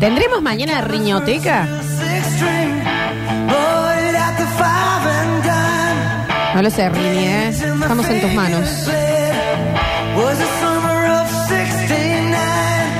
¿Tendremos mañana riñoteca? No lo sé, Rini, ¿eh? Estamos en tus manos.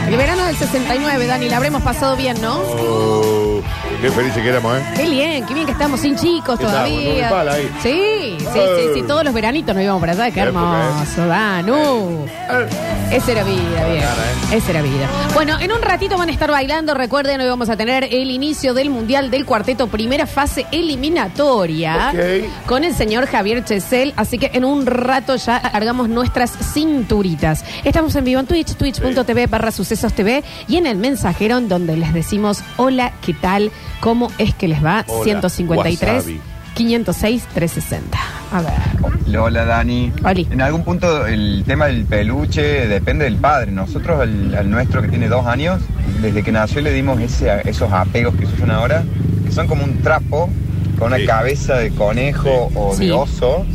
El verano del 69, Dani, la habremos pasado bien, ¿no? Oh, qué felices que éramos, ¿eh? Qué bien, qué bien que estamos sin chicos Estábamos, con todavía. el pala ahí. Oh. Sí, sí, sí, sí, todos los veranitos nos íbamos para allá, qué La época, hermoso, Danu. ¿eh? Esa era vida, bien. Esa era vida. Bueno, en un ratito van a estar bailando. Recuerden, hoy vamos a tener el inicio del Mundial del Cuarteto, primera fase eliminatoria. Ok. Con el señor Javier Chesel. Así que en un rato ya cargamos nuestras cinturitas. Estamos en vivo en Twitch, twitch.tv barra sucesos TV y en el mensajero en donde les decimos hola, ¿qué tal? ¿Cómo es que les va? Hola, 153 wasabi. 506 360. A ver. Hola Dani. Oli. En algún punto el tema del peluche depende del padre. Nosotros, al, al nuestro que tiene dos años, desde que nació le dimos ese, esos apegos que se usan ahora, que son como un trapo con una Sí. cabeza de conejo Sí. o Sí. de oso.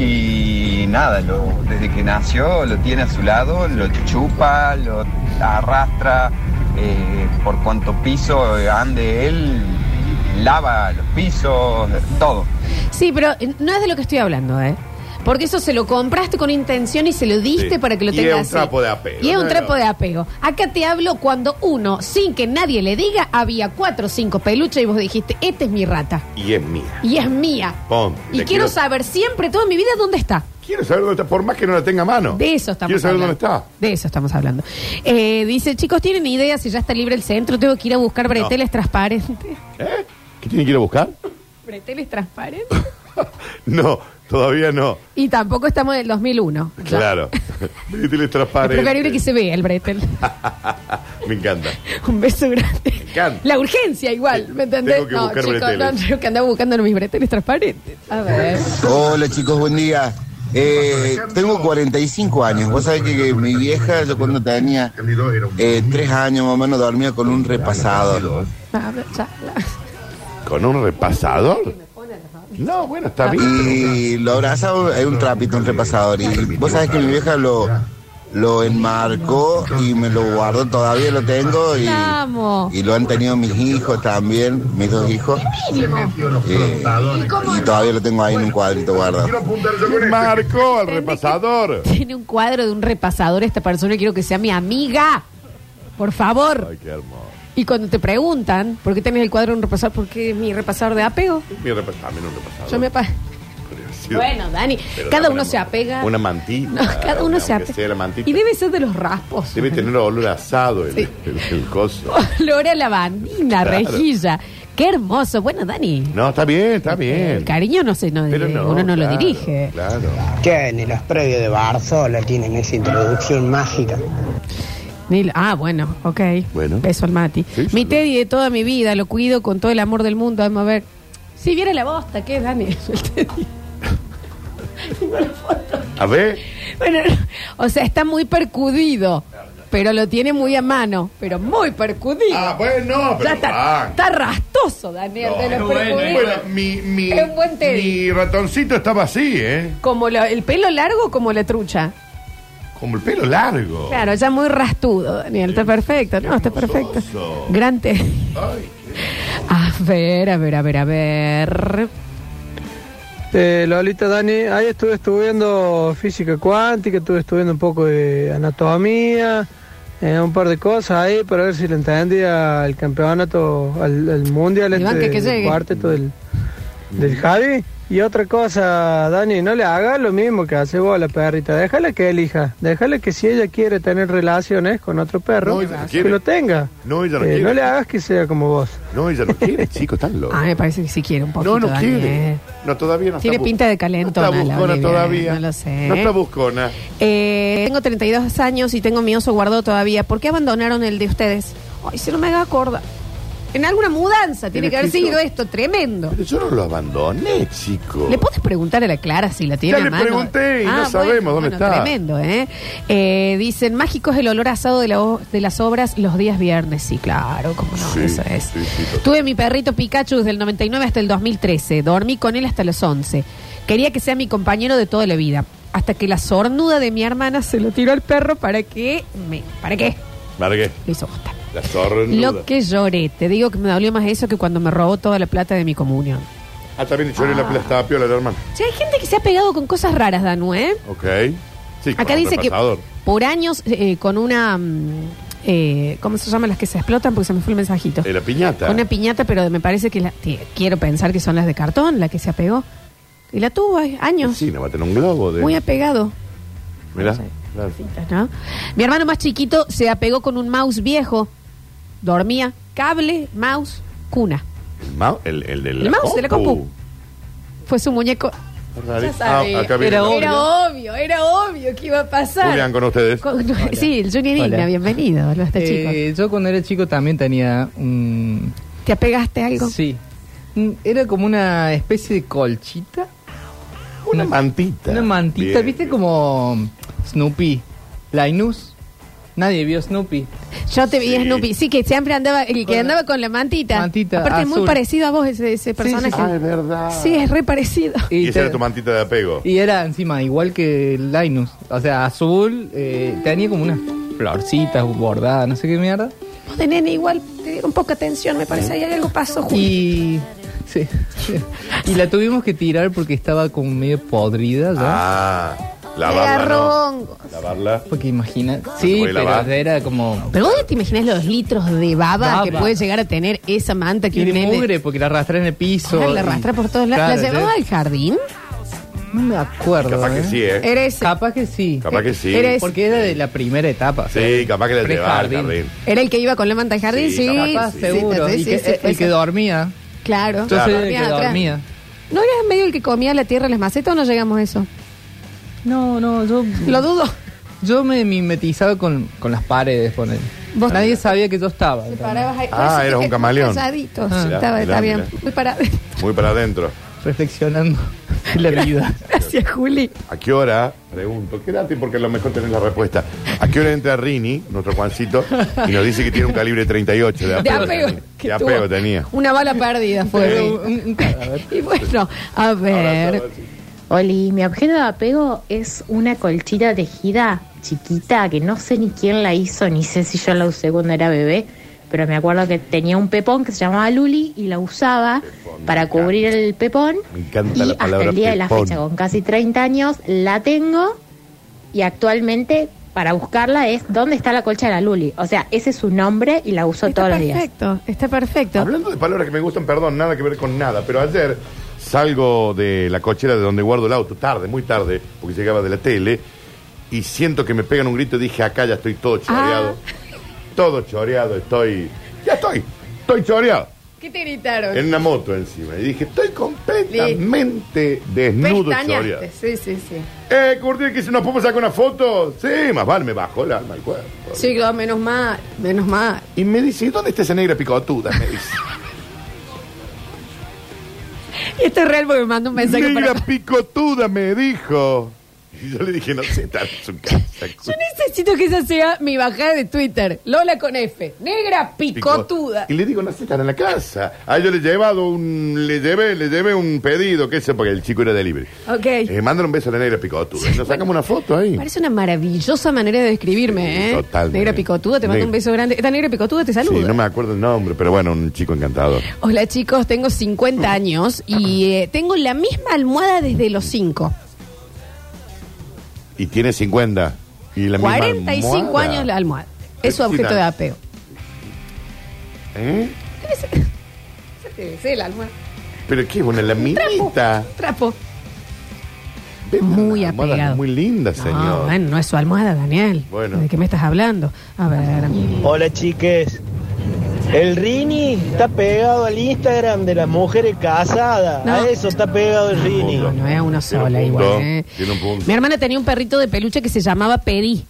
Y nada, lo, desde que nació lo tiene a su lado, lo chupa, lo arrastra eh, por cuanto piso ande él, lava los pisos, todo. Sí, pero eh, no es de lo que estoy hablando, ¿eh? Porque eso se lo compraste con intención y se lo diste Sí. para que lo Y tengas. es un trapo de apego, Y es un ¿no? trapo de apego. Acá te hablo cuando uno, sin que nadie le diga, había cuatro o cinco peluches y vos dijiste, esta es mi rata. Y es mía. Y es mía. Pum, y te quiero quiero- saber siempre, toda mi vida, dónde está. Quiero saber dónde está, por más que no la tenga a mano. De eso estamos Quiero saber hablando. dónde está. De eso estamos hablando. Eh, dice, chicos, ¿tienen idea si ya está libre el centro? Tengo que ir a buscar breteles transparentes. ¿Eh? ¿Qué tiene que ir a buscar? ¿Breteles transparentes? no, todavía no. y tampoco estamos en el 2001. Ya. Claro. Dile Es transparente. Ah, preferible que se vea el bretel. Me encanta. Un beso grande. Me encanta. La urgencia igual, ¿me entendés? Tengo que buscar breteles. no, tengo que andar buscando mis breteles transparentes. A ver. Hola chicos, buen día. Eh, tengo 45 años. Vos sabés que, que mi vieja, yo cuando tenía 3 años más o menos, dormía con un repasador. A ver, ya, la- ¿Con un repasador? No, bueno, está bien. Y lo abrazaba, hay un trapito, un repasador. Y vos sabés que mi vieja lo, lo enmarcó y me lo guardó, todavía lo tengo. Y, La amo. y lo han tenido mis hijos también, mis dos hijos. Eh, y todavía lo tengo ahí en un cuadrito guardado. este. Marcó al repasador. Tiene un cuadro de un repasador esta persona y quiero que sea mi amiga. Por favor. Ay, qué hermoso. Y cuando te preguntan por qué tenés el cuadro de un repasador, porque es mi repasador de apego. Mi repas- también un repasador. Yo me pa- Curiosidad. Bueno, Dani, Pero cada dame uno una- se apega. Una mantita. No, cada uno se aunque sea apega. la mantita. Y debe ser de los raspos. Debe tener olor a asado el, Sí. el- el coso. Olor a lavandina, Claro. rejilla. Qué hermoso. Bueno, Dani. No, está bien, está bien. El cariño no se, no, Pero eh, no, uno no claro, lo dirige. Claro. Que ni los previos de Barzola tienen esa introducción mágica. Ni lo- ah, bueno, ok. Bueno. Beso al Mati. Sí, Mi sí. Teddy de toda mi vida, lo cuido con todo el amor del mundo. Vamos a ver. Si viera la bosta, ¿qué, Dani? El Teddy. A ver, bueno, o sea, está muy percudido, pero lo tiene muy a mano, pero muy percudido. Ah, bueno, pero ya está, van. está rastoso, Daniel, No, de los no, percudidos. bueno, mi, mi, Es un buen Teddy. mi ratoncito estaba así, ¿eh? Como la- el pelo largo, como la trucha. Como el pelo largo. Claro, ya muy rastudo, Daniel. Está perfecto. No, está hermoso. perfecto. Gran te- Ay, A ver, a ver, a ver, a ver. Eh, Lolita Dani, ahí estuve estudiando física cuántica, estuve estudiando un poco de anatomía, eh, un par de cosas ahí para ver si le entendía al campeonato, al, al mundial Iván, este que- que del llegue. cuarteto del, del Javi. Y otra cosa, Dani, no le hagas lo mismo que hace vos a la perrita, déjala que elija, déjala que si ella quiere tener relaciones con otro perro, No, ella no que quiere. lo tenga. No, ella no Eh, quiere. no le hagas que sea como vos. No, ella no quiere, chico, tan loco. Ah, me parece que sí quiere un poquito. No, no Daniel. quiere. No, todavía no está Tiene bu- pinta de calentona, No está la buscona Olivia, todavía. no lo sé. No está buscona. Eh, tengo 32 años y tengo mi oso guardado todavía. ¿Por qué abandonaron el de ustedes? Ay, se no me haga acorda. En alguna mudanza tiene Pero que haber que yo- sido esto, tremendo. Pero yo no lo abandoné, chico. ¿Le puedes preguntar a la Clara si la tiene Ya a le mano? Ah, pregunté y no sabemos dónde está. Tremendo, ¿eh? Eh, Dicen, mágico es el olor asado de, la o- de las obras los días viernes. Sí, claro, cómo no, Sí, eso es. sí, sí, total. Tuve mi perrito Pikachu desde el 99 hasta el 2013. Dormí con él hasta los 11. Quería que sea mi compañero de toda la vida. hasta que la sornuda de mi hermana se lo tiró al perro para que me. ¿Para qué? Margué. Lo hizo bosta. La torre Lo que lloré, te digo que me dolió más eso que cuando me robó toda la plata de mi comunión. Ah, también yo la plata estaba piola, la hermana. O sea, hay gente que se ha pegado con cosas raras, Danu, ¿eh? Ok. Sí, con Acá el dice que repasador. por años eh, con una... mm, eh, ¿Cómo se llaman las que se explotan? Porque se me fue el mensajito. Eh, la piñata. Una piñata, pero me parece que la, ti- quiero pensar que son las de cartón, la que se apegó. Y la tuvo eh, años, Sí, no va a tener un globo de. muy apegado. Mirá. Sí. claro. ¿no? Mi hermano más chiquito se apegó con un mouse viejo. Dormía, cable, mouse, cuna. El, mouse, el, el de la El mouse de la compu. Fue su muñeco. Rari- Ya sabía. Ah, acá viene era, la obvio. otra. era obvio, era obvio que iba a pasar. Julián con ustedes. Con- sí, el Junior Hola. Igna, bienvenido, lo está Eh, yo cuando era chico también tenía un... chico. ¿Te apegaste a algo? Sí. Mm, Era como una especie de colchita. Una mantita. Una mantita, Bien, ¿viste? bien. Como Snoopy, Linus. Nadie vio Snoopy. Yo te vi Sí. Snoopy, sí, que siempre andaba, el que andaba con la mantita. Mantita Aparte es muy azul. parecido a vos ese, ese personaje. Ah, es verdad. Sí, es re parecido. Y, esa te- era tu mantita de apego. y era encima igual que Linus. O sea, azul. eh, tenía como unas florcitas bordadas, no sé qué mierda. Vos de nene igual te dieron poca atención, me parece, ahí algo pasó, Juli. Y. Sí. y la tuvimos que tirar porque estaba como medio podrida ya. Ah, Era lavarla. no. ronco. Lavarla. Porque imagina. Sí, puede pero lavar. era como. Pero vos te imaginás los litros de baba, Baba. que puede llegar a tener esa manta que Y un de nene... mugre porque la arrastré en el piso. Ah, la arrastra por todos lados. Claro, ¿La llevaba sí. al jardín? No me acuerdo. Capaz que ¿eh? sí, ¿eh? Era ese. Capaz que sí. Capaz que sí. Era ese. Porque era de la primera etapa. o sea, Sí, capaz que la llevaba al pre-jardín. jardín. ¿Era el que iba con la manta al jardín? Sí, Sí, capaz, sí, seguro. sí, y sí, que, sí, el, fue que ese. dormía. Claro. Yo soy el Dormía que atrás. dormía. ¿No eras medio el que comía la tierra, las macetas o no llegamos a eso? No, no, yo. Lo dudo. Yo me mimetizaba con, con las paredes, poner. Vos- Nadie sabía que yo estaba. Te ¿entendés? parabas ahí. Ah, Por eso eras te- un camaleón. calladito. Ah. Sí, estaba, Mirá, está mirá, bien. mirá. Muy parado. Muy para adentro. Reflexionando la vida. Gracias, Juli. ¿A qué hora? Pregunto, quédate porque a lo mejor tenés la respuesta. ¿A qué hora entra Rini, nuestro Juancito, y nos dice que tiene un calibre 38 de Te apego? apego. tenía? que De tuvo apego tenía. Una bala perdida Era fue. un- un- un cadáver. y bueno, a Ahora, ver. Oli, mi objeto de apego es una colchita tejida chiquita que no sé ni quién la hizo, ni sé si yo la usé cuando era bebé, pero me acuerdo que tenía un pepón que se llamaba Luli y la usaba para cubrir el pepón. Me encanta y la palabra hasta el día de la pepón. fecha, con casi 30 años, la tengo y actualmente para buscarla es ¿dónde está la colcha de la Luli? O sea, ese es su nombre y la uso Está todos los días. perfecto, está perfecto. Hablando de palabras que me gustan, perdón, nada que ver con nada, pero ayer salgo de la cochera de donde guardo el auto, tarde, muy tarde, porque llegaba de la tele, y siento que me pegan un grito y dije, acá ya estoy todo choreado. Ah. Todo choreado, estoy... Ya estoy, estoy choreado. ¿Qué te gritaron? En una moto encima. Y dije, estoy completamente desnudo choreado. Sí, sí, sí. Eh, Curtir, que si nos podemos sacar una foto. Sí, más vale, me bajó el alma al cuerpo. Sí, claro, menos mal, menos mal. Y me dice, ¿y dónde está esa negra picotuda? Me dice. Y esto es real porque me mandó un mensaje Negra para... picotuda me dijo. Y yo le dije, no sé, está en su casa. Yo necesito que esa sea mi bajada de Twitter. Lola con F. Negra picotuda. Y le digo, no sé, están en la casa. Ah, yo le he llevado un, le llevé, le llevé un pedido, qué sé, porque el chico era delivery. Ok. Eh, mándale un beso a la negra picotuda. Y nos sacamos una foto ahí. Parece una maravillosa manera de describirme, Sí, ¿eh? totalmente. Negra picotuda, te mando Negra. un beso grande. Esta negra picotuda te Sí, saluda. no me acuerdo el nombre, pero bueno, un chico encantador. Hola chicos, tengo Mm. 50 años y eh, tengo la misma almohada desde los 5. Y tiene 50. Y la misma 45 almohada. años la almohada. Es su Sí, objeto la- de apego. ¿Eh? Sí, la almohada. Pero qué es una laminita. Trapo. Venden Muy unas almohadas apegado. Muy linda, No, señor. bueno, no es su almohada, Daniel. Bueno. ¿De qué me estás hablando? A ver. Hola chiques. El Rini está pegado al Instagram de las mujeres casadas. No. A eso está pegado el Rini. No, no es una Tiene un eh, sola punto, igual. ¿eh? tiene un punto. Mi hermana tenía un perrito de peluche que se llamaba Peri.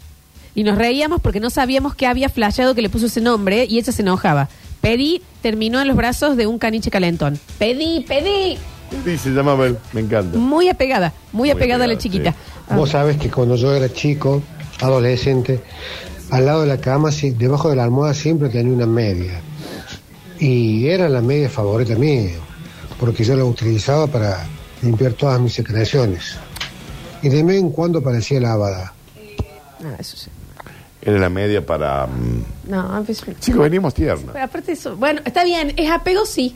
Y nos reíamos porque no sabíamos que había flasheado que le puso ese nombre y ella se enojaba. Peri terminó en los brazos de un caniche calentón. Pedí, pedí. Sí, se llama Mel. Me encanta. Muy apegada, muy, Muy apegada a la apegada, chiquita. sí. Ah, Vos sabés que cuando yo era chico, adolescente, al lado de la cama, sí, debajo de la almohada siempre tenía una media. Y era la media favorita mía, porque yo la utilizaba para limpiar todas mis secreciones. y de vez en cuando parecía la abada. No, eso sí. Era la media para. mm, No, pues- Chicos, venimos tiernos. Pero aparte eso, bueno, está bien, es apego sí.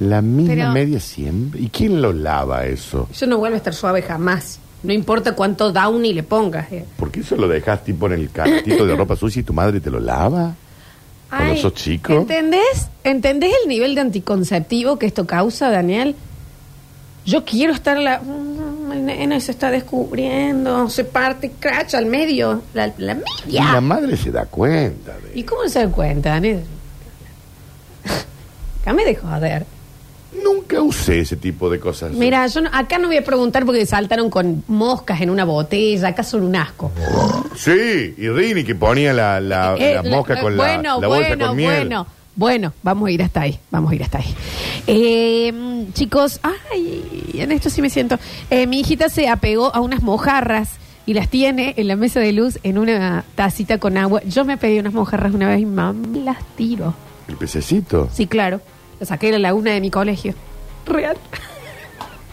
La misma Pero- media siempre. ¿Y quién lo lava eso? Yo no vuelvo a estar suave jamás. No importa cuánto downy le pongas. eh. Porque eso lo dejas tipo en el cantito de ropa sucia y tu madre te lo lava. Cuando Ay, sos chico. ¿Entendés? ¿Entendés el nivel de anticonceptivo que esto causa, Daniel? Yo quiero estar la. Mm, El nene se está descubriendo, se parte, cracha al medio, la, la Y la media. madre se da cuenta de. ¿Y cómo se da cuenta, Daniel? Acá me de joder. Nunca usé ese tipo de cosas. Mira, yo no- acá no voy a preguntar porque saltaron con moscas en una botella, acá son un asco. Sí, y Rini que ponía la, la, Eh, Ah, la mosca la- con la, bueno, la bolsa bueno, con miel. Bueno, bueno, vamos a ir hasta ahí, vamos a ir hasta ahí. Eh, chicos, ay, en esto sí me siento. Eh, mi hijita se apegó a unas mojarras y las tiene en la mesa de luz en una tacita con agua. Yo me pedí unas mojarras una vez y mam, las tiro. El pececito. Sí, claro, las saqué de la laguna de mi colegio. Real,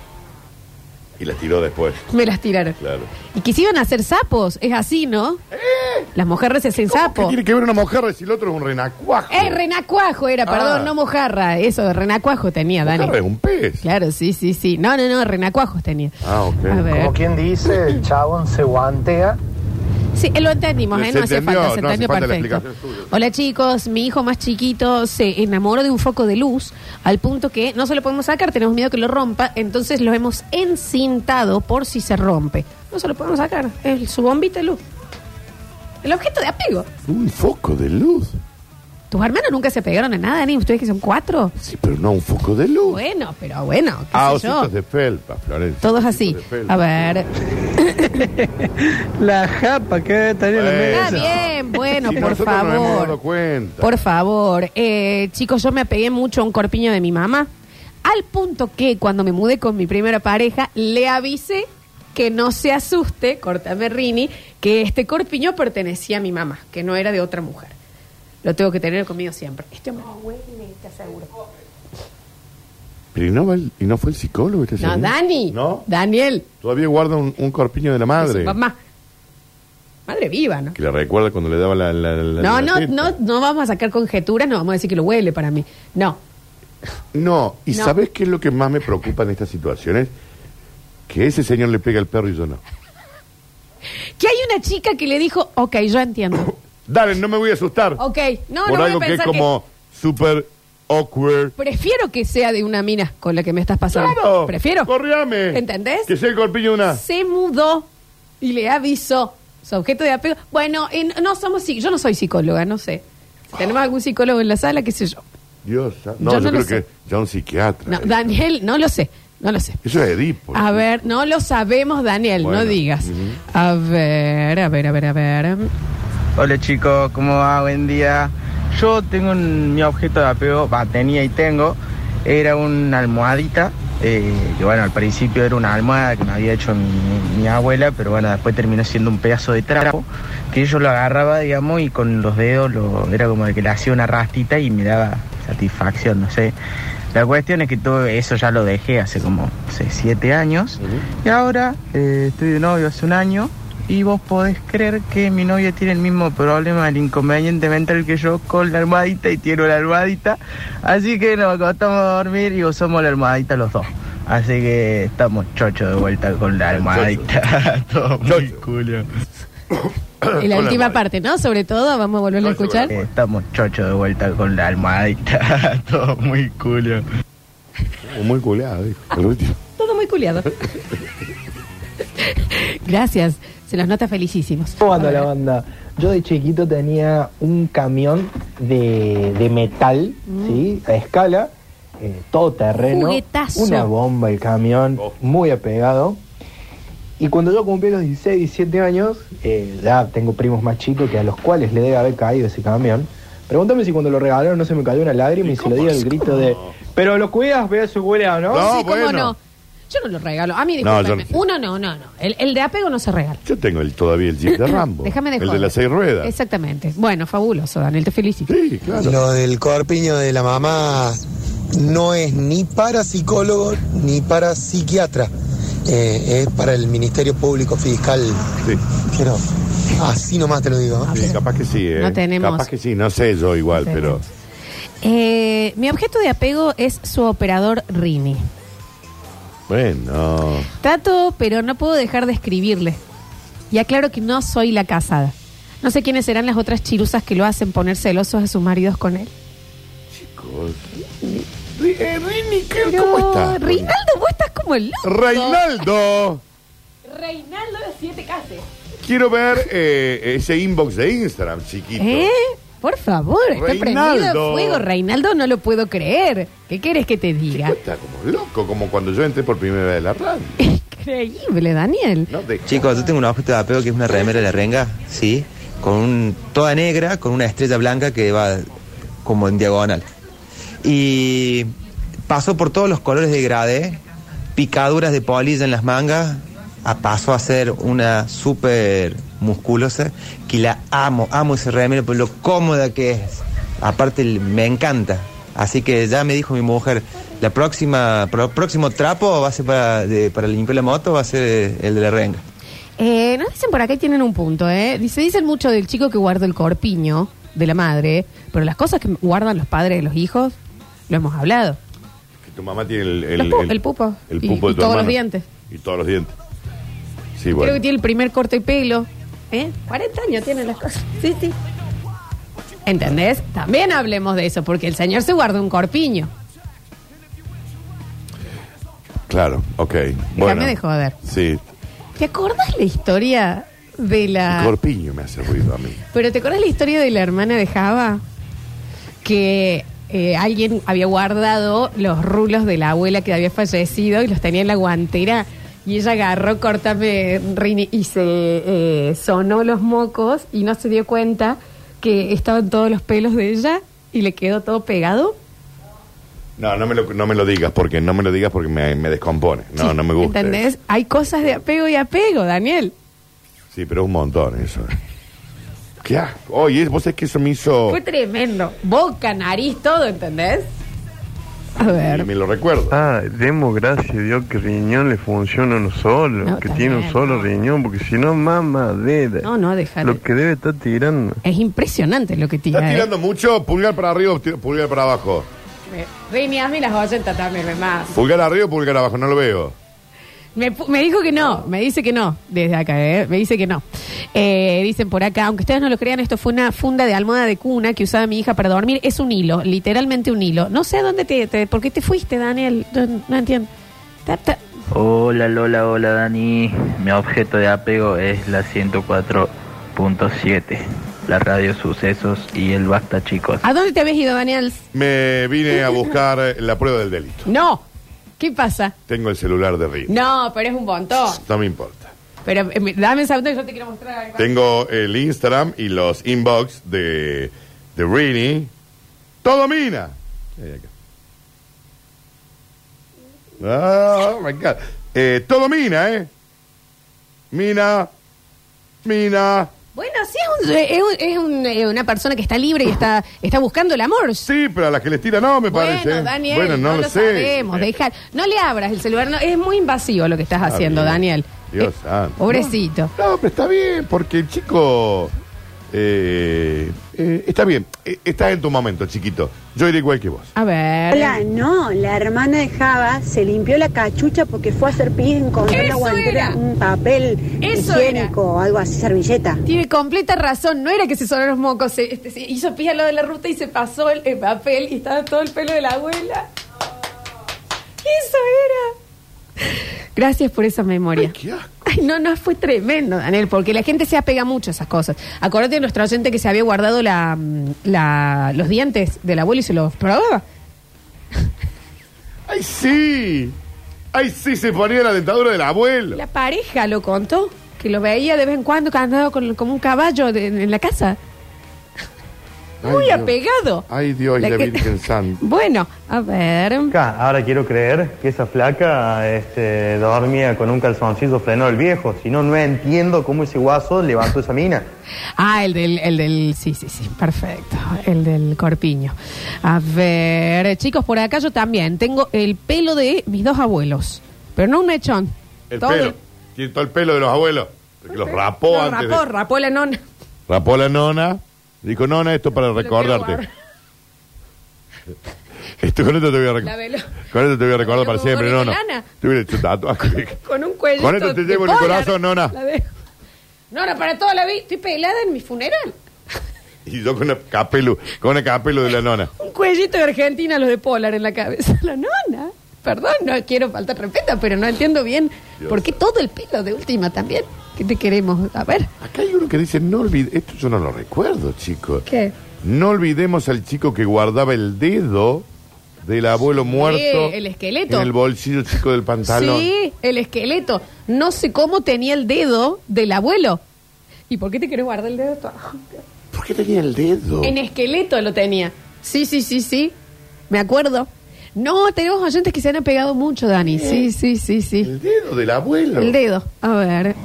Y la tiró después. me las tiraron. Claro. Y que se iban a hacer sapos, es así, ¿no? Las mojarras se hacen ¿Qué sapos. tiene Eh. que ver una mojarra si el otro es un renacuajo? Eh, renacuajo era, Ah. perdón, no mojarra. Eso, renacuajo tenía, Dani. Mojarra es un pez. Claro, sí, sí, sí. No, no, no, renacuajos tenía. Ah, ok. A ver. Como quien dice, el chabón se guantea. Sí, eh, lo entendimos, ¿eh? Se No hacía entendió, falta, se no hace entendió falta la perfecto. explicación suya. Hola chicos, mi hijo más chiquito se enamoró de un foco de luz al punto que no se lo podemos sacar, tenemos miedo que lo rompa, entonces lo hemos encintado por si se rompe. No se lo podemos sacar, es su bombita de luz. El objeto de apego. Un foco de luz. Tus hermanos nunca se pegaron a nada, ni ustedes que son cuatro. Sí, pero no un foco de luz. Bueno, pero bueno, qué ah, sé yo. ositos de felpa, Florencia. Todos así. Ositos de felpa. A ver. La japa que debe tener la Bueno. media. Está Eso. bien, bueno, Si por nosotros nos hemos favor. dado cuenta. Por favor. Eh, chicos, yo me apegué mucho a un corpiño de mi mamá. Al punto que cuando me mudé con mi primera pareja, le avisé que no se asuste, cortame Rini, que este corpiño pertenecía a mi mamá, que no era de otra mujer. Lo tengo que tener conmigo siempre. Este Ah, hombre huele, te aseguro. Pero ¿y no, va el- y no fue el psicólogo este No, señor? Dani. ¿No? Daniel. Todavía guarda un, un corpiño de de la su madre. Mamá. Madre viva, ¿no? Que le recuerda cuando le daba la. la, la- No, la no, teta. no, no vamos a sacar conjeturas, no vamos a decir que lo huele para mí. No. No, y No. ¿sabes qué es lo que más me preocupa en estas situaciones? Que ese señor le pega al perro y yo no. Que hay una chica que le dijo, ok, yo entiendo. Dale, no me voy a asustar. Ok, no, no por voy a algo que es pensar que, como super awkward. Prefiero que sea de una mina con la que me estás pasando. Claro. Prefiero. Corriame. ¿Entendés? Que sea el corpiño de una. Se mudó y le avisó. Su objeto de apego. Bueno, en- no somos psi- yo no soy psicóloga, no sé. Tenemos algún psicólogo en la sala, qué sé yo. Dios. sa- No, Yo no yo, lo creo sé. que ya un psiquiatra. No, eh. Daniel, no lo sé, no lo sé. Eso es Edipo. A ver, no lo sabemos, Daniel, no Bueno, digas. ujú. A ver, a ver, a ver, a ver. Hola chicos, ¿cómo va? Buen día. Yo tengo un- mi objeto de apego, va, tenía y tengo, era una almohadita, eh, que bueno, al principio era una almohada que me había hecho mi, mi- mi abuela, pero bueno, después terminó siendo un pedazo de trapo, que yo lo agarraba, digamos, y con los dedos lo, era como que le hacía una rastita y me daba satisfacción, no sé. La cuestión es que todo eso ya lo dejé hace como, no sé, siete años. Y ahora eh, estoy de novio hace un año y vos podés creer que mi novia tiene el mismo problema, el inconveniente mental que yo con la almohadita y tiene una almohadita. Así que nos acostamos a dormir y usamos la almohadita los dos. Así que estamos chochos de vuelta con la almohadita. Todo muy culo. Y la última parte, ¿no? Sobre todo, vamos a volverlo a escuchar. Eh, Estamos chochos de vuelta con la almohadita. Todo muy culo. Muy culeado, dijo. El último. Todo muy culiado. Gracias. Se los nota felicísimos. ¿Cómo anda la banda? Yo de chiquito tenía un camión de, de metal, ¿sí? A escala, eh, todo terreno. Juguetazo. Una bomba el camión, muy apegado. Y cuando yo cumplí los 16, 17 años, eh, ya tengo primos más chicos que a los cuales le debe haber caído ese camión. Pregúntame si cuando lo regalaron no se me cayó una lágrima y se lo di al grito de... Pero lo cuidas, veas su huele, ¿no? No, sí, cómo bueno. no. Yo no lo regalo. A mí, No, discúlpame. yo no. Uno no, no, no. El, el de apego no se regala. Yo tengo el, todavía el jeep de Rambo. Déjame de El de joder. las seis ruedas. Exactamente. Bueno, fabuloso, Daniel. Te felicito. Sí, claro. Lo del corpiño de la mamá no es ni para psicólogo ni para psiquiatra. eh, es para el Ministerio Público Fiscal. Sí, Quiero, así nomás te lo digo. ¿eh? sí, capaz que sí, ¿eh? No tenemos. Capaz que sí, no sé yo igual, No pero. tenemos. Eh, mi objeto de apego es su operador Rimi. Bueno. Trato, pero no puedo dejar de escribirle. Y aclaro que no soy la casada. No sé quiénes serán las otras chiruzas que lo hacen poner celosos a sus maridos con él. Chicos. Ri- eh, Rini, ¿qué- Pero, ¿cómo está? Reinaldo, vos estás como el loco. Reinaldo. Reinaldo de siete casas. Quiero ver eh, ese inbox de Instagram, chiquito. ¿Eh? Por favor, está prendido Reinaldo. de fuego. Reinaldo, no lo puedo creer. ¿Qué quieres que te Chico, diga? está como loco, como cuando yo entré por primera vez a la radio. Increíble, Daniel. No deja. Chicos, yo tengo un objeto de apego que es una remera de la renga, sí, con un, toda negra, con una estrella blanca que va como en diagonal. Y paso por todos los colores de grade, picaduras de polilla en las mangas, a paso a ser una súper musculosa, que la amo, amo ese remera por lo cómoda que es. Aparte, el- me encanta. Así que ya me dijo mi mujer, la próxima, pro- próximo trapo va a ser para, de- para limpiar la moto, va a ser el de la renga. Eh, nos dicen por acá y tienen un punto, ¿eh? Dice, dicen mucho del chico que guarda el corpiño de la madre, pero las cosas que guardan los padres de los hijos, lo hemos hablado. Que tu mamá tiene el, Los pu- el pupo. El Y- pupo y de tu todos los hermano. dientes. Y todos los dientes. Sí, Creo bueno. que tiene el primer corte de pelo. ¿Eh? 40 años tienen las cosas. Sí, sí. ¿Entendés? También hablemos de eso, porque el señor se guarda un corpiño. Claro, ok. Bueno. Déjame de joder. Sí. ¿Te acordás la historia de la... El corpiño me hace ruido a mí. Pero ¿te acuerdas la historia de la hermana de Java? Que eh, alguien había guardado los rulos de la abuela que había fallecido y los tenía en la guantera. Y ella agarró, cortame, Rini, y se eh, sonó los mocos y no se dio cuenta que estaban todos los pelos de ella y le quedó todo pegado. No, no me lo, no me lo digas porque no me lo digas porque me, me descompone. No, Sí, no me gusta. ¿Entendés? Hay cosas de apego y apego, Daniel. Sí, pero es un montón eso. ¿Qué asco. Oye, vos sabés que eso me hizo. Fue tremendo. Boca, nariz, todo, ¿entendés? A Y ver. me lo recuerdo. Ah, demos gracias a Dios que el riñón le funciona uno solo, No, que está tiene bien, un solo no. riñón, porque si no, mamadera. No, no, déjalo. Lo que debe estar tirando. Es impresionante lo que tira. ¿Estás ¿eh? tirando mucho? Pulgar para arriba, o ti- pulgar para abajo. Me- Rini, hazme las 80 también, me más. Pulgar arriba, pulgar abajo, no lo veo. Me, pu- me dijo que no, me dice que no, desde acá, ¿eh? me dice que no. Eh, dicen por acá, aunque ustedes no lo crean, esto fue una funda de almohada de cuna que usaba mi hija para dormir. Es un hilo, literalmente un hilo. No sé a dónde te, te- ¿Por qué te fuiste, Daniel? No, no entiendo. Ta- ta- Hola Lola, hola Dani. Mi objeto de apego es la 104.7, la radio sucesos y el basta chicos. ¿A dónde te habías ido, Daniel? Me vine a buscar eh, la prueba del delito. No. ¿Qué pasa? Tengo el celular de Río. No, pero es un montón. No me importa. Pero eh, me- dame esa que yo te quiero mostrar algo. Tengo el Instagram y los inbox de, de Rini. Todo mina. Ahí acá. Ah, oh my God. Eh, todo mina, ¿eh? Mina. Mina. Bueno, sí, es, un- es un- es un- eh, una persona que está libre y está, está buscando el amor. Sí, pero a las que les tira no, me Bueno, parece. ¿eh? Daniel, bueno, no, lo, sé. sabemos. Eh, deja- no le abras el celular. no, es muy invasivo lo que estás está haciendo, Ah, bien. Daniel. Dios Eh, santo. pobrecito. No, pero está bien, porque el chico. eh, eh, está bien, Eh, estás en tu momento, chiquito. Yo iré igual que vos. A ver. Hola, no, la hermana de Java se limpió la cachucha porque fue a hacer pis y encontró en la ¡Eso guantera era! un papel ¡Eso higiénico o algo así, servilleta. Tiene completa razón. No era que se sonaron los mocos. Se, este, se hizo pija al lado de la ruta y se pasó el, el papel y estaba todo el pelo de la abuela. Ah. Eso era. Gracias por esa memoria. Ay, qué asco. Ay, no, no, fue tremendo, Daniel, porque la gente se apega mucho a esas cosas. Acordate de nuestra oyente que se había guardado la, mm, la- los dientes del abuelo y se los probaba. ¡Ay, sí! ¡Ay, sí! Se ponía la dentadura del abuelo. La pareja lo contó, que lo veía de vez en cuando que andaba con- como un caballo de- en la casa. Ay, Muy Dios. apegado. Ay, Dios, y la que- Virgen Santa. Bueno, a ver. Ahora quiero creer que esa flaca este, dormía con un calzoncillo frenó el viejo. Si no, no entiendo cómo ese guaso levantó esa mina. Ah, el del, el del, sí, sí, sí, perfecto, el del corpiño. A ver, chicos, por acá yo también tengo el pelo de mis dos abuelos, pero no un mechón, El Todo pelo. el- Tiene todo el pelo de los abuelos. Porque los rapó No, antes. de- rapó, rapó la nona. Rapó la nona. Dijo, nona, esto para recordarte. Esto con esto te voy a La recordar. veló. Con esto te voy a recordar para siempre, bombón no, de no. lana. Te hubiera hecho tatuaje. Con un cuello. Con esto te llevo en el corazón, nona. Nona, para toda la vida. Estoy pelada en mi funeral. Y yo con una capelo, con una capelo de la nona. Un cuellito de Argentina, los de Polar en la cabeza. La nona. Perdón, no quiero faltar respeto, pero no entiendo bien. ¿Por qué todo el pelo de última también? ¿Qué te queremos? A ver. Acá hay uno que dice, no olvides, esto yo no lo recuerdo, chicos. ¿Qué? No olvidemos al chico que guardaba el dedo del abuelo muerto el esqueleto. en el bolsillo chico del pantalón. Sí, el esqueleto. No sé cómo tenía el dedo del abuelo. ¿Y por qué te querés guardar el dedo tú? ¿Por qué tenía el dedo? En esqueleto lo tenía. Sí, sí, sí, sí. Me acuerdo. No, tenemos oyentes que se han apegado mucho, Dani. Sí, sí, sí, sí. El dedo del abuelo. El dedo. A ver.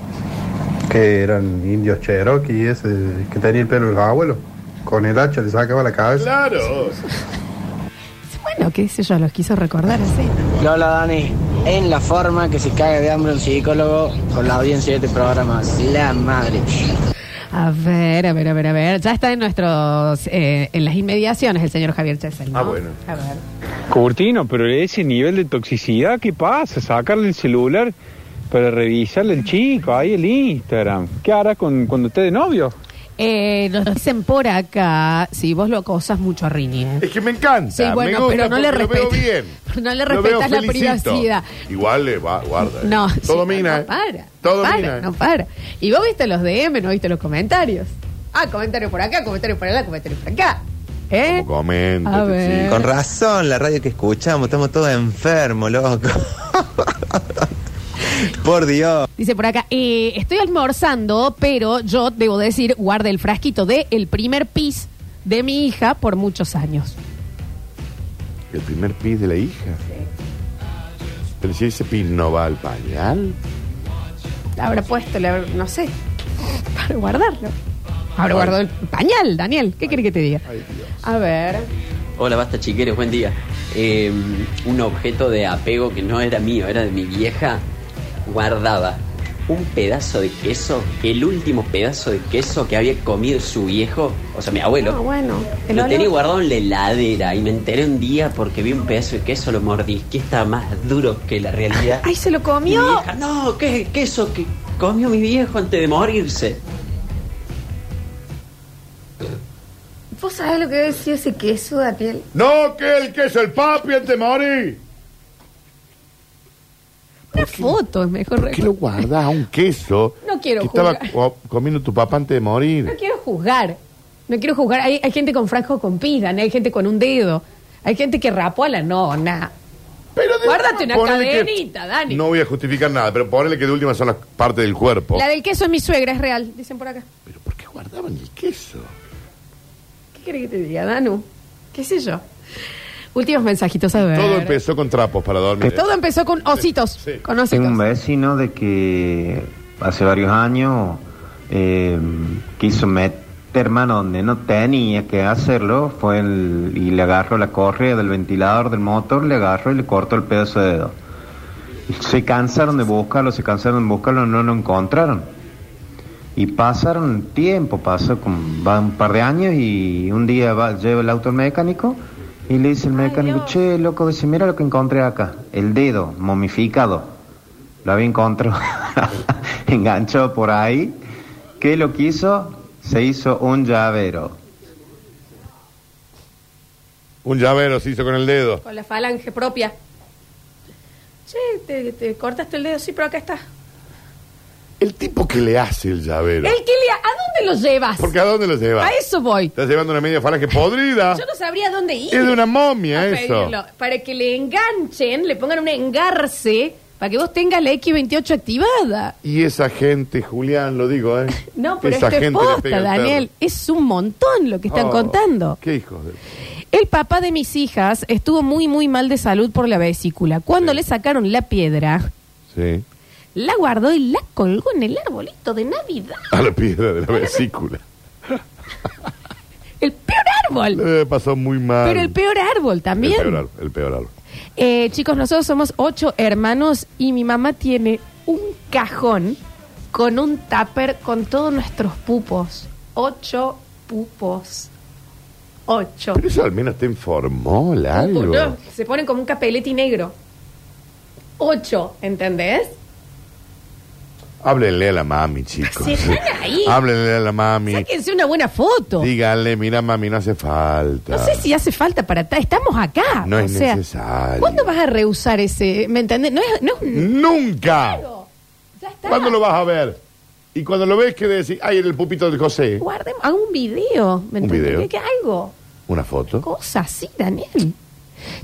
que eran indios Cherokee, ese que tenía el pelo de los abuelos. Con el hacha le sacaba la cabeza. Claro. Bueno, qué sé yo, los quiso recordar así. Lola Dani, en la forma que se caga de hambre un psicólogo con la audiencia de este programa. La madre. A ver, a ver, a ver, a ver. Ya está en nuestros, eh, en las inmediaciones el señor Javier Chesel. ¿no? Ah, bueno. A ver. Curtino, pero ese nivel de toxicidad, ¿qué pasa? Sacarle el celular para revisarle el chico, ahí el Instagram. ¿Qué hará con, cuando esté de novio? Eh, nos dicen por acá, si vos lo acosas mucho a Rini. ¿eh? Es que me encanta. Sí, me bueno, gusta pero no le porque lo veo respetas. bien. No le Lo veo respetas la felicito. privacidad. Igual le va, guarda. eh. No, sí, Todo no, mina, no eh. para. Todo no para, mina, eh. no para. Y vos viste los DM, no viste los comentarios. Ah, comentario por acá, comentario por allá, comentario por acá. ¿Eh? A este ver. Con razón, la radio que escuchamos, estamos todos enfermos, loco. Por Dios. Dice por acá, eh, estoy almorzando, pero yo debo decir, guarda el frasquito de el primer pis de mi hija por muchos años. El primer pis de la hija. Pero si ese pis no va al pañal. La habrá puesto, la habrá- no sé, para guardarlo. Habrá guardado el pañal, Daniel. ¿Qué querés que te diga? A ver. Hola, basta chiqueros, buen día. Eh, un objeto de apego que no era mío, era de mi vieja, guardaba un pedazo de queso, que el último pedazo de queso que había comido su viejo, o sea, mi abuelo, Ah, bueno. El lo olor- tenía guardado en la heladera y me enteré un día porque vi un pedazo de queso, lo mordí, que estaba más duro que la realidad. ¡Ay, se lo comió! Mi vieja, no, ¿qué queso que comió mi viejo antes de morirse? ¿Vos sabés lo que decía ese queso, Daniel? No, que el queso, el papi, el temori. Una foto es mejor. ¿Por qué lo guardás a un queso? No quiero que estaba juzgar. co- comiendo tu papá antes de No morir. quiero juzgar. No quiero juzgar. Hay, hay gente con frasco con pis, Daniel. Hay gente con un dedo. Hay gente que rapó a la nona. Pero Guárdate una Ponele que- cadenita, Dani. No voy a justificar nada, pero ponele que de última son las partes del cuerpo. La del queso es mi suegra, es real, dicen por acá. Guardaban el queso. ¿Qué querés que te diga, Danu? ¿Qué sé yo? Últimos mensajitos, a ver. Todo empezó con trapos para dormir. Todo empezó con ositos. Con Tengo ositos. un vecino de que hace varios años eh, quiso meter mano donde no tenía que hacerlo, fue el- y le agarró la correa del ventilador del motor, le agarró y le cortó el pedazo de dedo. Se cansaron de buscarlo, se cansaron de buscarlo, no lo encontraron. Y pasaron tiempo, pasó con, va un par de años y un día va, lleva el auto al mecánico y le dice el mecánico, che, loco, dice, mira lo que encontré acá, el dedo momificado. Lo había encontrado enganchado por ahí. ¿Qué lo quiso? Se hizo un llavero. Un llavero se hizo con el dedo. Con la falange propia. Che, te, te cortaste el dedo, sí, pero acá está. El tipo que le hace el llavero. ¿El que le- ¿A dónde lo llevas? Porque ¿a dónde lo lleva? A eso voy. Estás llevando una media falange podrida. Yo no sabría dónde ir. Ah. Es de una momia a eso. pedirlo. Para que le enganchen, le pongan un engarce, para que vos tengas la X28 activada. Y esa gente, Julián, lo digo, ¿eh? No, pero esa esto es gente le posta, pega al Daniel. Es un montón lo que están Oh. contando. perro. ¿Qué hijos de.? El papá de mis hijas estuvo muy, muy mal de salud por la vesícula. Cuando le sacaron la piedra, Sí. la guardó y la colgó en el arbolito de Navidad. A la piedra de la vesícula. El peor árbol. Le pasó muy mal. Pero el peor árbol Ah. El también. peor árbol. El peor árbol. Eh, chicos, nosotros somos ocho hermanos y mi mamá tiene un cajón con un tupper con todos nuestros pupos. Ocho pupos. Ocho. Pero eso al menos te informó, Lalo. No, se ponen como un capeleti negro. Ocho, ¿entendés? Háblenle a la mami, chicos. Pues Se están ahí. Háblenle a la mami. Sáquense una buena foto. Díganle, mira, mami, no hace falta. No sé si hace falta para ta- Estamos acá. No o es sea, necesario. ¿Cuándo vas a rehusar ese? ¿Me entendés? No es, no es un- ¡Nunca! ¿Cuándo lo vas a ver? Y cuando lo ves, ¿qué decís? Ay, era el pupito de José. Guarden, hago un video. ¿Me Un entendés? video. ¿Qué algo? ¿Una foto? Cosas así, Daniel.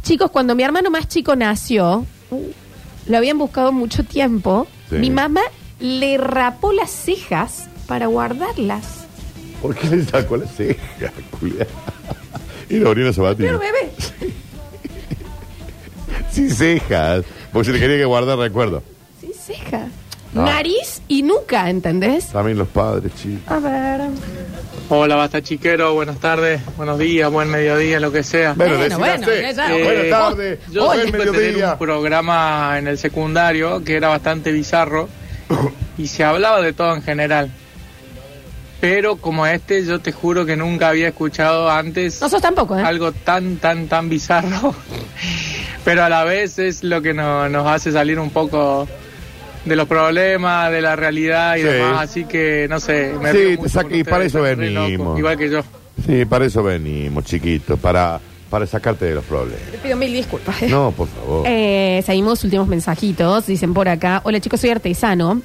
Chicos, cuando mi hermano más chico nació, uh, lo habían buscado mucho tiempo. Sí. Mi mamá le rapó las cejas para guardarlas. ¿Por qué le sacó la ceja, culiá? Y la orina sabatina. Pero bebé, Sin cejas. Porque se le quería que guardar recuerdo. sin ceja. No. Nariz y nuca, ¿entendés? También los padres, chicos. A ver. Hola, basta chiquero, buenas tardes, buenos días, buen mediodía, lo que sea. Bueno, Bueno, decídate. Ah, bueno, ya, ya. Eh, Buenas tardes, Eh, Yo buen siempre mediodía. tenía un programa en el secundario que era bastante bizarro y se hablaba de todo en general. Pero como este, yo te juro que nunca había escuchado antes Nosotros tampoco, ¿eh? algo tan, tan, tan bizarro. Pero a la vez es lo que no- nos hace salir un poco de los problemas, de la realidad y Sí. demás. Así que, no sé, me río Sí, mucho te saca- con y para ustedes, eso están re locos, venimos. Igual que yo. Sí, para eso venimos, chiquito. Para, para sacarte de los problemas. Te pido mil disculpas. No, por favor. Eh, seguimos últimos mensajitos. Dicen por acá, hola chicos, soy artesano.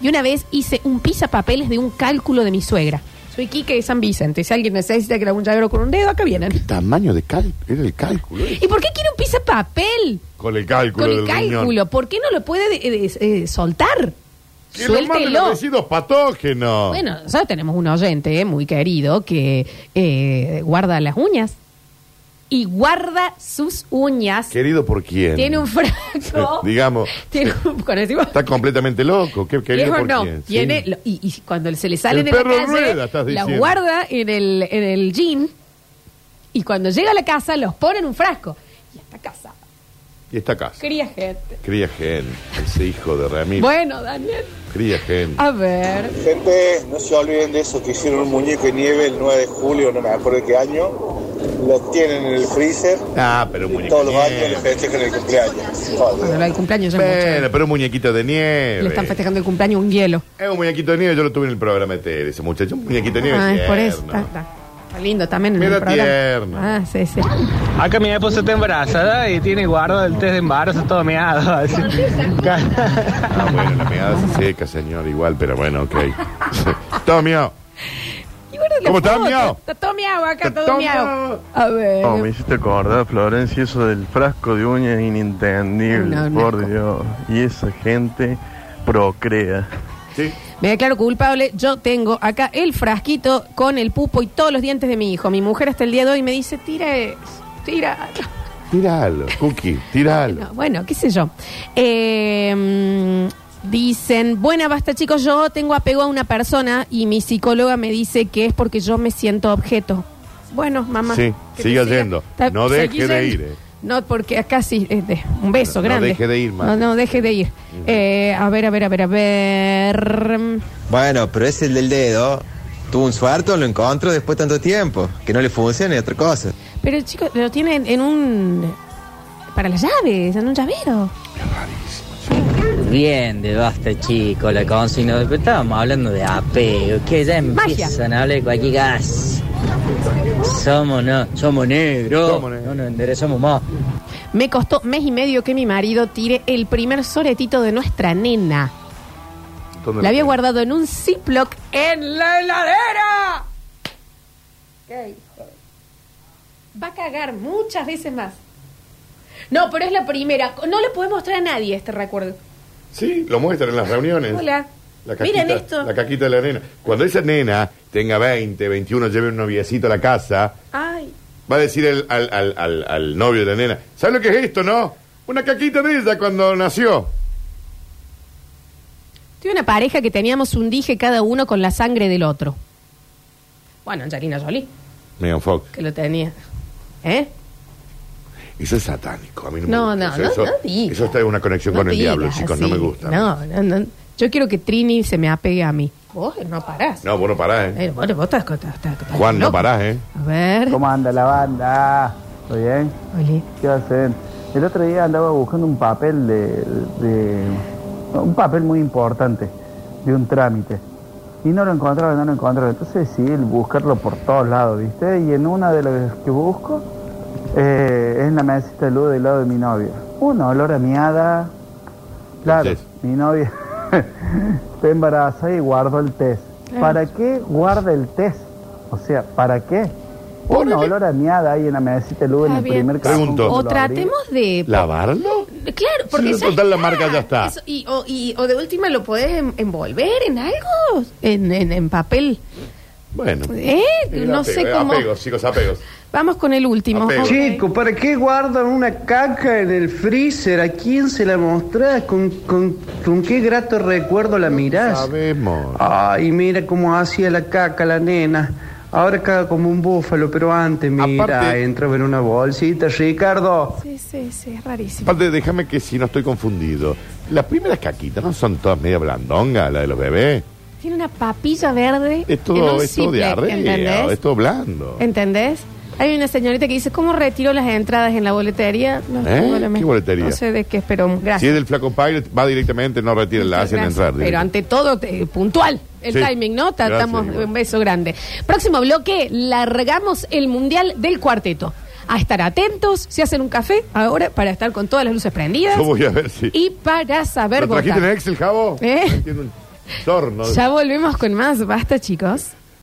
Y una vez hice un pisapapeles de un cálculo de mi suegra. Soy Quique de San Vicente. Si alguien necesita que le haga un llavero con un dedo, acá vienen. Tamaño de cal. Era el cálculo. eh. ¿Y por qué quiere un pisapapel? Con el cálculo Con el del cálculo. riñón. ¿Por qué no lo puede eh, eh, eh, soltar? Que lo manden a Suéltelo. residuos patógenos. Bueno, nosotros tenemos un oyente eh, muy querido que eh, guarda las uñas. Y guarda sus uñas. Querido por quién. Tiene un frasco. Digamos, Tiene un, conocimos- está completamente loco. ¿Qué querido Viejo por no, quién? Sí. tiene lo- y, y cuando se le sale El de la perro calle, rueda, estás la diciendo. guarda en el, en el jean y cuando llega a la casa los pone en un frasco. Y esta casa, Y esta casa. cría gente. Cría gente. Ese hijo de Ramiro. Bueno, Ah. Daniel, Cría gente. a ver. Gente, no se olviden de eso que hicieron un muñeco de nieve el 9 de julio, no me acuerdo qué año. Lo tienen en el freezer. Ah, pero un y muñequito todos de los años le nieve. festejan el cumpleaños. Joder. Cuando va el cumpleaños ya es mucho. eh. Bueno, pero un muñequito de Le están nieve. festejando el cumpleaños un hielo. Es un muñequito de nieve, yo lo tuve en el programa de tele, ese muchacho. Un muñequito de nieve. Ah, es por eso. tierno. Está, está- está lindo también en Mira el programa. tierno. Ah, sí, sí. Acá mi esposa está embarazada y tiene guardo del test de embarazo todo meado. así. Ah, bueno, la pegada se seca, señor, igual, pero bueno, ok. Todo mío. Y guarda la ¿Cómo está, foto. miau? Está todo miau acá, Está todo todo miau. A ver. No, me hiciste acordar, Florencia, eso del frasco de uñas es inentendible, No, no. por Dios. Y esa gente procrea. Me declaro culpable. Yo tengo acá el frasquito con el pupo y todos los dientes de mi hijo. Mi mujer hasta el día de hoy me dice, tira eso, tira. Tíralo, Cookie, tíralo. No, bueno, qué sé yo. Eh, mm, dicen, buena, basta chicos, yo tengo apego a una persona y mi psicóloga me dice que es porque yo me siento objeto. Bueno, mamá. Sí, que siga te siga. yendo. Ta- No seguí deje de yendo. ir. eh. No, porque acá sí, es de- un beso No, no grande. deje de ir, No, Mate. no, deje de ir. Eh, a ver, a ver, a ver, a ver. Bueno, pero ese del dedo tuvo un suerto, lo encontró después de tanto tiempo. Que no le funcione y otra cosa. Pero chicos, lo tienen en un. para las llaves, en un llavero. Bien, de basta, chico, la consigna. Pero estábamos hablando de apego, que ya empiezan a hablar de cualquier gas. Somos, no, somos negros. No nos enderezamos más. Me costó mes y medio que mi marido tire el primer soretito de nuestra nena. ¿Dónde La lo había tenés? guardado en un Ziploc en la heladera. ¿Qué hijo? Va a cagar muchas veces más. No, pero es la primera. No le podemos mostrar a nadie este recuerdo. Sí, lo muestran en las reuniones. Hola. La caquita, Miren esto. La caquita de la nena. Cuando esa nena tenga 20, 21, lleve un noviecito a la casa, Ay. va a decir el- al, al- al- al novio de la nena, ¿sabes lo que es esto, no? Una caquita de ella cuando nació. Tuve una pareja que teníamos un dije cada uno con la sangre del otro. Bueno, Angelina Jolie, Megan Fox. que lo tenía. ¿Eh? Eso es satánico. A mí no, No, me gusta. no, eso, no, eso, no diga. eso está en una conexión No con el digas diablo, chicos, no así. me gusta. No, no, no. Yo quiero que Trini se me apegue a mí. Vos no parás. No, vos no parás, ¿eh? Eh, vos, vos estás, estás- estás- estás Juan, no loco. parás, ¿eh? A ver. ¿Cómo anda la banda? ¿Todo bien? ¿Qué hacen? El otro día andaba buscando un papel de, de- un papel muy importante de un trámite y no lo encontraba, no lo encontraba. Entonces decidí buscarlo por todos lados, ¿viste? Y en una de las que busco eh, es en la mesita de luz del lado de mi novia. Un olor a miada. Claro, mi novia está embarazada y guardó el test. Claro. ¿Para qué guarda el test? O sea, ¿para qué? Un olor a miada ahí en la mesita de luz en Está el bien. primer cajón cuando O lo abrí. tratemos de. ¿Lavarlo? Eh, Claro, porque. Sí, ya total, la está. marca ya está. Eso- y, o, y- o de última lo podés en- envolver en algo. En, en- en papel. Bueno. Eh, no sé Apego, cómo. Apegos, chicos, apegos. Vamos con el último. ok. Chico, ¿para qué guardan una caca en el freezer? ¿A quién se la mostrás? ¿Con, con, con qué grato recuerdo la mirás? sabemos. Ay, mira cómo hacía la caca la nena. Ahora caga como un búfalo, pero antes, mira, Aparte- entraba en una bolsita, Ricardo. Sí, sí, sí, es rarísimo. Aparte, déjame que si no estoy confundido. Las primeras caquitas no son todas media blandongas, la de los bebés. Tiene una papilla verde. Es en un todo, es todo zipper, diarrea, ¿Entendés? es todo blando. ¿Entendés? Hay una señorita que dice, ¿cómo retiro las entradas en la boletería? No, ¿Eh? tengo la ¿Qué mes- boletería? No sé de qué, pero gracias. Si es del flaco pilot, va directamente, no retira, la hacen Gracias. entrar. Pero directamente. ante todo, te- puntual. El Sí. timing, ¿no? Ta- Gracias, Estamos igual. un beso grande. Próximo bloque, largamos el Mundial del Cuarteto. A estar atentos, si hacen un café ahora para estar con todas las luces prendidas. Yo voy a ver si. Y para saber ¿Lo trajiste en votar. Excel, Javo? ¿Eh? Tiene un torno. Ya volvemos con más. Basta, chicos.